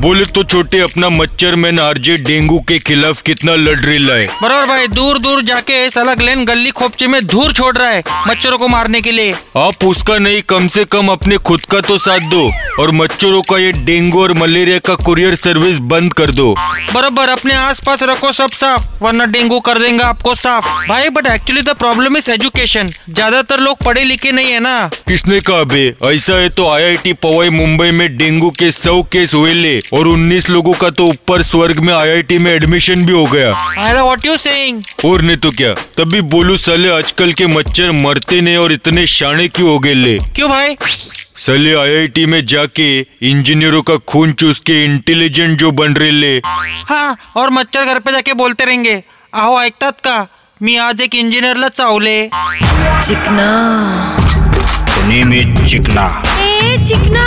बोले तो छोटे अपना मच्छर मैन आरजे डेंगू के खिलाफ कितना लड़ रहा है बरोबर भाई दूर दूर जाके साला ग्लेन गली खोपचे में धूर छोड़ रहा है मच्छरों को मारने के लिए आप उसका नहीं कम से कम अपने खुद का तो साथ दो और मच्छरों का ये डेंगू और मलेरिया का कुरियर सर्विस बंद कर दो बरोबर अपने आसपास रखो सब साफ वरना डेंगू कर देगा आपको साफ भाई but actually the problem is education ज्यादातर लोग पढ़े लिखे नहीं है ना किसने कहा बे ऐसा है तो आईआईटी पवाई मुंबई में डेंगू के सौ केस हुए ले और 19 लोगों का तो ऊपर स्वर्ग में आईआईटी में एडमिशन भी हो गया आई वॉट यू सेइंग और नहीं तो क्या तभी बोलू साले आजकल के मच्छर मरते नहीं और इतने शाणे क्यों हो गए ले क्यों भाई सले आईआईटी में जाके इंजीनियरों का खून चूस के इंटेलिजेंट जो बन रहे ले हाँ और मच्छर घर पे जाके बोलते रहेंगे आहो ऐकतात का मी आज एक इंजिनियरला चावले चिकना The name is चिकना ए चिकना